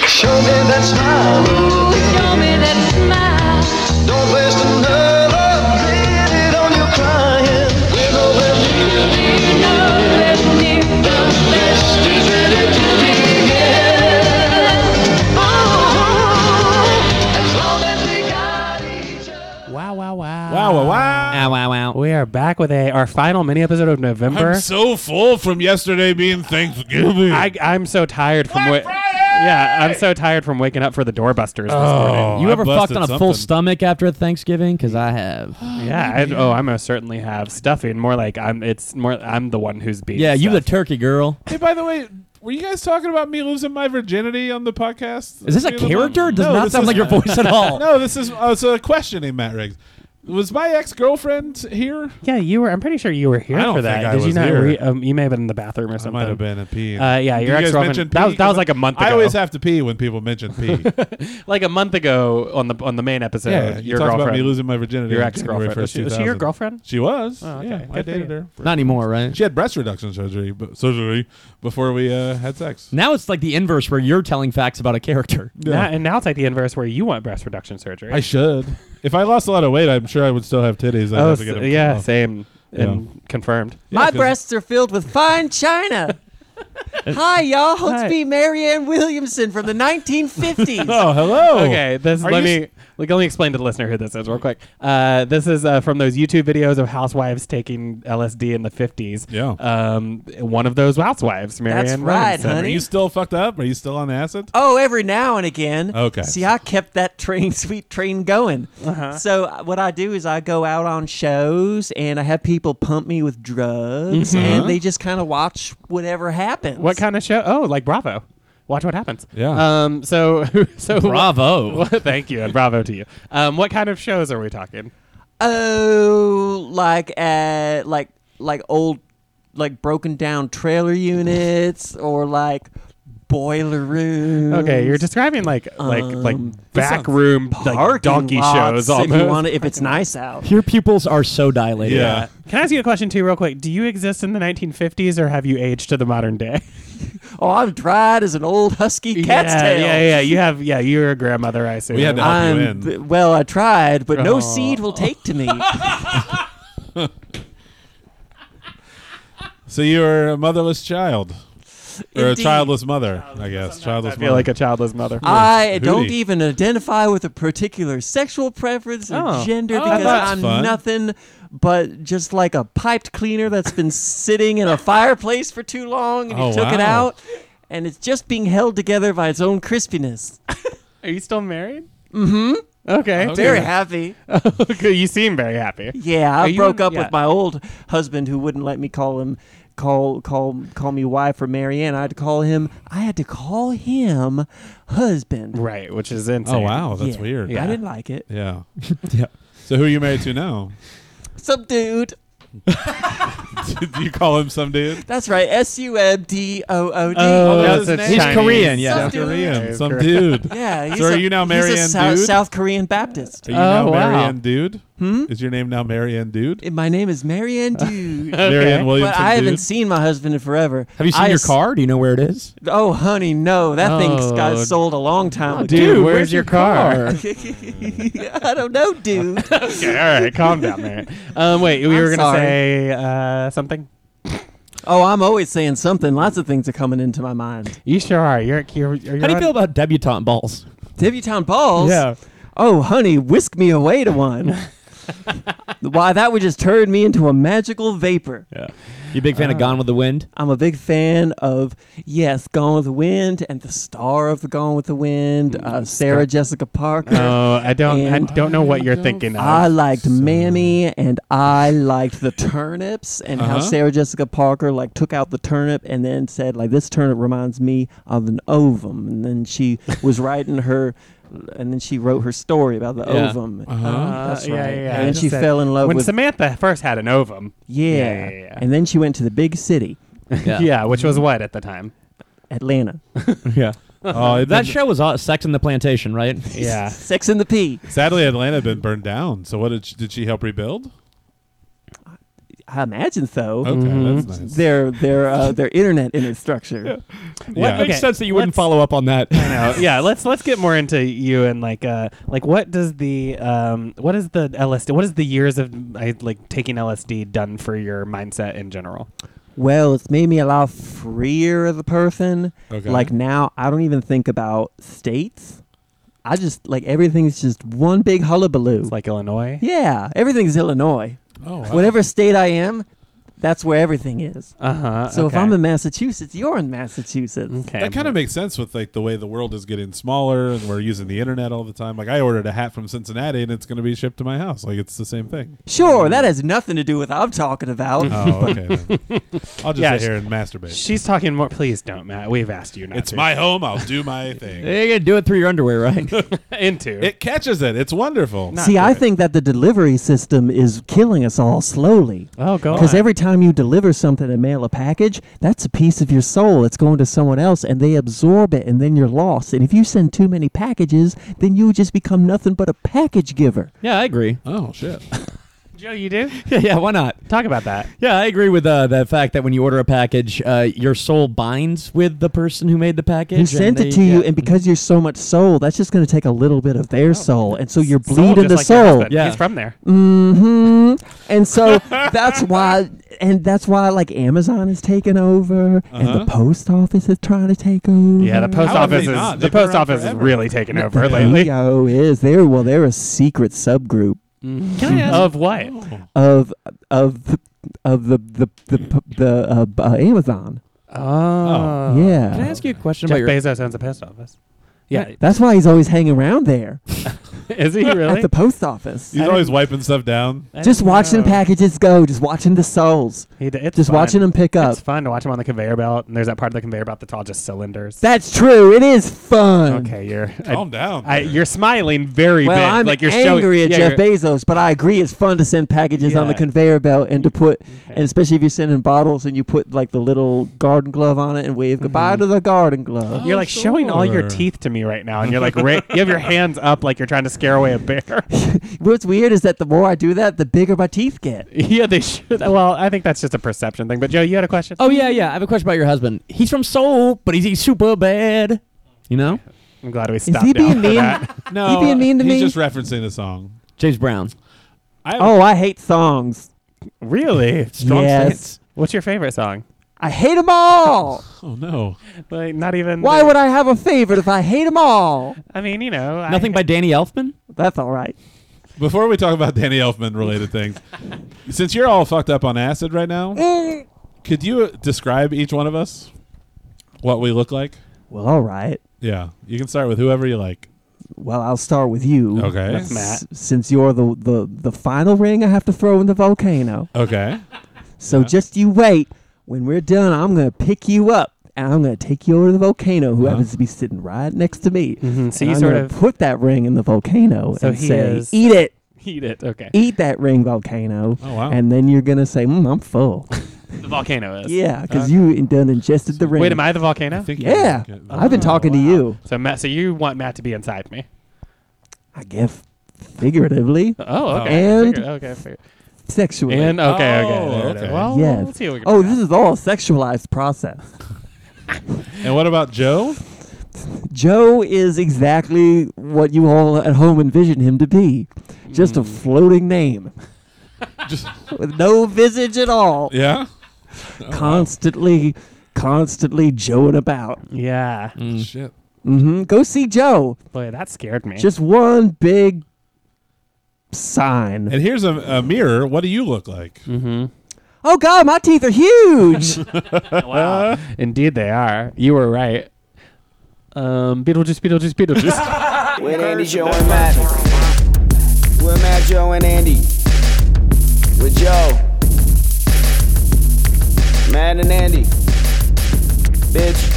Show me that smile. Show me that smile. Don't waste another minute on your crying. We're nowhere near You know that deep down destined to there. begin. As long as we got each other. Wow, wow, wow. Wow, wow, wow. Wow, wow, wow. We are back with a our final mini episode of November. I'm so full from yesterday being Thanksgiving. I, I'm so tired from what. Yeah, I'm so tired from waking up for the doorbusters this oh, morning. You I ever fucked busted on a full something. stomach after Thanksgiving? Because I have. yeah, I, oh, I most certainly have stuffing. More like I'm. It's more. I'm the one who's being. Yeah, you the stuffed. turkey girl. Hey, by the way, were you guys talking about me losing my virginity on the podcast? Is this a The other character? one? It does No, not this sound is- like your voice at all. No, this is uh, so questioning Matt Riggs. Was my ex girlfriend here? yeah, you were. I'm pretty sure you were here I don't for that. think I Did you was not? here. um, you may have been in the bathroom or I something. might have been a pee. Uh, yeah, Did your you guys ex-girlfriend- mention that was- pee? that was like a month I ago. always have to pee when people mention pee. Like a month ago on the on the main episode. yeah, you your talked girlfriend. about me losing my virginity. your on ex-girlfriend. January 1st, Is she, is she your 2000. girlfriend? She was. Oh, okay. Yeah, I Good for dated you. her. for- Not anymore, right? She had breast reduction surgery, but surgery before we uh, had sex. Now it's like the inverse where you're telling facts about a character. Now- and now it's like the inverse where you want breast reduction surgery. I should. If I lost a lot of weight, I'm sure I would still have titties. I'd oh, have to s- get them yeah, off. same and confirmed. Yeah, My 'cause- breasts are filled with fine china. Hi, y'all. Let's Hi. be Marianne Williamson from the 1950s. Oh, hello. Okay, this Are let you me like, let me explain to the listener who this is real quick. Uh, this is uh, from those YouTube videos of housewives taking LSD in the fifties. Yeah. um, one of those housewives, Marianne. right, Williamson. honey. Are you still fucked up? Are you still on acid? Oh, every now and again. Okay. See, I kept that train, sweet train going. So, uh, what I do is I go out on shows and I have people pump me with drugs and they just kind of watch whatever happens. What kind of show? Oh, like Bravo. Watch what happens. Yeah. Um. So so Bravo. What, thank you and bravo to you. Um. What kind of shows are we talking? Oh, like uh, like like old, like broken down trailer units or like boiler rooms. Okay, you're describing like like Um, like back sounds- room like Parking donkey lots shows almost. If, you want it, if it's nice out. Your pupils are so dilated. Yeah. Can I ask you a question too, real quick? Do you exist in the 1950s or have you aged to the modern day? Oh, I'm dried as an old husky cat's yeah, tail. Yeah, yeah, You have, yeah, you're a grandmother, I assume. We had to help you I'm, in. b- well, I tried, but Oh. no seed will take to me. So you're a motherless child. Or a Indeed. childless mother, I guess. Childless I mother. feel like a childless mother. I don't Hootie. even identify with a particular sexual preference or Oh. gender Oh, because that's I'm fun. nothing but just like a piped cleaner that's been sitting in a fireplace for too long and you Oh, took it wow. out and it's just being held together by its own crispiness. Are you still married? Mm-hmm. Okay. Okay. Very happy. Okay, you seem very happy. Yeah, Are I you broke in- up yeah. with my old husband who wouldn't let me call him call call call me wife or Marianne. I had to call him I had to call him husband. Right, which is insane. oh, wow. That's Yeah. weird. I didn't like it. Yeah. So who are you married to now? Some dude. Do you call him some dude? That's right. S U M D O O D. Oh, that's that's his name. a He's Chinese. Korean, yeah. Some South dude. Korean. Some Correct. dude. Yeah. He's So are a, you now he's a Marianne Sou- Dude? South Korean Baptist. Are you Oh, now wow. Marianne Dude? Hmm? Is your name now Marianne Dude? Eh, My name is Marianne Dude. but Marianne Williamson I haven't Dude? seen my husband in forever. Have you seen I your ass- car? Do you know where it is? Oh, honey, no. That thing's got Oh. sold a long time ago. Dude, where's, your car? I don't know, dude. okay, all right, calm down, Mary. Um, wait, we I'm were gonna sorry. say uh, something. oh, I'm always saying something. Lots of things are coming into my mind. You sure are. You're, you're, you're How do you on- feel about debutante balls? Debutante balls. Oh, honey, whisk me away to one. Why, that would just turn me into a magical vapor. Yeah. You a big fan of Gone with the Wind? I'm a big fan of yes, Gone with the Wind and the star of the Gone with the Wind, uh, Sarah Jessica Parker. Oh, I don't. I And- don't know what you're thinking of. I liked Mammy and I liked the turnips and how Uh-huh. Sarah Jessica Parker like took out the turnip and then said like this turnip reminds me of an ovum and then she was writing her and then she wrote her story about the Yeah. ovum. Uh-huh. Uh, That's yeah, yeah, right. yeah. And then I she said- fell in love when with Samantha first had an ovum. yeah. yeah, yeah, yeah. And then she went to the big city, Yeah, which was what at the time. Atlanta. uh, yeah. Oh, it That show was uh, Sex in the Plantation, right? Yeah. Sex in the P. Sadly, Atlanta had been burned down. So what did she, did she help rebuild? I imagine so. Okay, that's nice. Their their uh, their internet infrastructure. Well, it Yeah. makes Okay, sense that you wouldn't let's- follow up on that. I know. Yeah, let's let's get more into you and like uh like what does the um what is the LSD what is the years of I, like taking LSD done for your mindset in general? Well, it's made me a lot freer of a person. Okay. Like now, I don't even think about states. I just like everything's just one big hullabaloo. It's like Illinois. yeah, everything's Illinois. Oh, wow. Whatever state I am, that's where everything is. Uh huh. So if I'm in Massachusetts, you're in Massachusetts. okay, That kind of makes sense with like the way the world is getting smaller and we're using the internet all the time. Like I ordered a hat from Cincinnati and it's going to be shipped to my house. Like it's the same thing. Sure, that has nothing to do with what I'm talking about. Uh-huh. Oh, okay. then. I'll just Yeah, sit here and masturbate. She's talking more. Please don't, Matt. We've asked you not It's to. my home. I'll do my thing. You gotta do it through your underwear, right? into. It catches it. It's wonderful. Not See, I good. think that the delivery system is killing us all slowly. oh, go Because on. every time you deliver something and mail a package, that's a piece of your soul. It's going to someone else and they absorb it and then you're lost. And if you send too many packages, then you just become nothing but a package giver. yeah, I agree. Oh shit. Joe, you do Yeah, yeah, why not? talk about that. Yeah, I agree with uh, the fact that when you order a package, uh, your soul binds with the person who made the package. Who and sent they- it to you, yeah. and because you're so much soul, that's just going to take a little bit of their soul. And so you're Oh, Soul, just bleeding like the your soul. Mm-hmm. husband. Yeah. He's from there. hmm And so that's why, and that's why like Amazon is taking over, and the Uh-huh. post office is trying to take over. Yeah, the post How have they office is not? the They've been post around office is forever. really taken over lately. Yo, E is there? Well, they're a secret subgroup Can I ask of what? of of the- of the the the p- the uh, b- uh, Amazon. Oh, Ah, yeah. Can I ask you a question Jeff about your? Bezos owns a post office. Yeah, That's why he's always hanging around there is he really? at the post office. He's always wiping stuff down. I Just don't watching know. packages go, just watching the souls, He d- it's just fun. watching them pick up. It's fun to watch him on the conveyor belt, and there's that part of the conveyor belt that's all just cylinders. That's true. It is fun. okay, you're Calm down. I, there. you're smiling very Well, big, I'm like you're angry showing, at yeah, Jeff you're- Bezos, but I agree it's fun to send packages on the Yeah. conveyor belt and to put, Okay. and especially if you're sending bottles and you put like the little garden glove on it and wave goodbye to the garden glove. Mm-hmm. You're like showing all your sure. teeth to me right now, and you're like ra- you have your hands up like you're trying to scare away a bear. What's weird is that the more I do that, the bigger my teeth get. yeah, they should. Well, I think that's just a perception thing. But Joe, you had a question. Oh yeah, yeah. I have a question about your husband. He's from Seoul, but he's, he's super bad. You know, Uh, I'm glad we stopped. he being now for mean? that. no, being mean to he's me? just referencing a song. James Brown. I Oh, I hate songs. Really? Strong yes. stance. What's your favorite song? I hate them all. oh no. Like, not even. Why would I have a favorite if I hate them all? I mean, you know, I- Nothing by Danny Elfman. That's all right. Before we talk about Danny Elfman related things, since you're all fucked up on acid right now, Mm. could you uh, describe each one of us what we look like? Well, all right. Yeah, you can start with whoever you like. Well, I'll start with you. Okay. That's Matt. S- since you're the, the, the final ring I have to throw in the volcano. Okay. So just you wait. When we're done, I'm going to pick you up and I'm going to take you over to the volcano, who Uh-huh. happens to be sitting right next to me. Mhm, so And you I'm sort gonna of- put that ring in the volcano So and he say, is- eat it, Eat it. Okay. eat that ring, volcano. Oh wow. And then you're going to say, mm, I'm full. The volcano is. yeah, because you done ingested the ring. Wait, am I the volcano? I think you Yeah. look at- I've been talking to you, so Matt, so you want Matt to be inside me? I guess, figuratively, Oh, okay. And- Figure- okay. Figure. sexually. And okay, okay, Oh, there it is. okay. Well, Yes. let's see what we can oh, do. this is all a sexualized process. And what about Joe? Joe is exactly what you all at home envision him to be. Just Hmm. a floating name Just with no visage at all. yeah. Oh, Constantly, constantly Joeing about. yeah. Mm. Shit. hmm Go see Joe. Boy, that scared me. Just one big sign. And here's a, a mirror. What do you look like? Oh, God, my teeth are huge. wow. Indeed, they are. You were right. Um, Beetlejuice, Beetlejuice, Beetlejuice. With Andy, Joe, and Matt. With Matt, Joe, and Andy. With Joe. Matt and Andy. Bitch.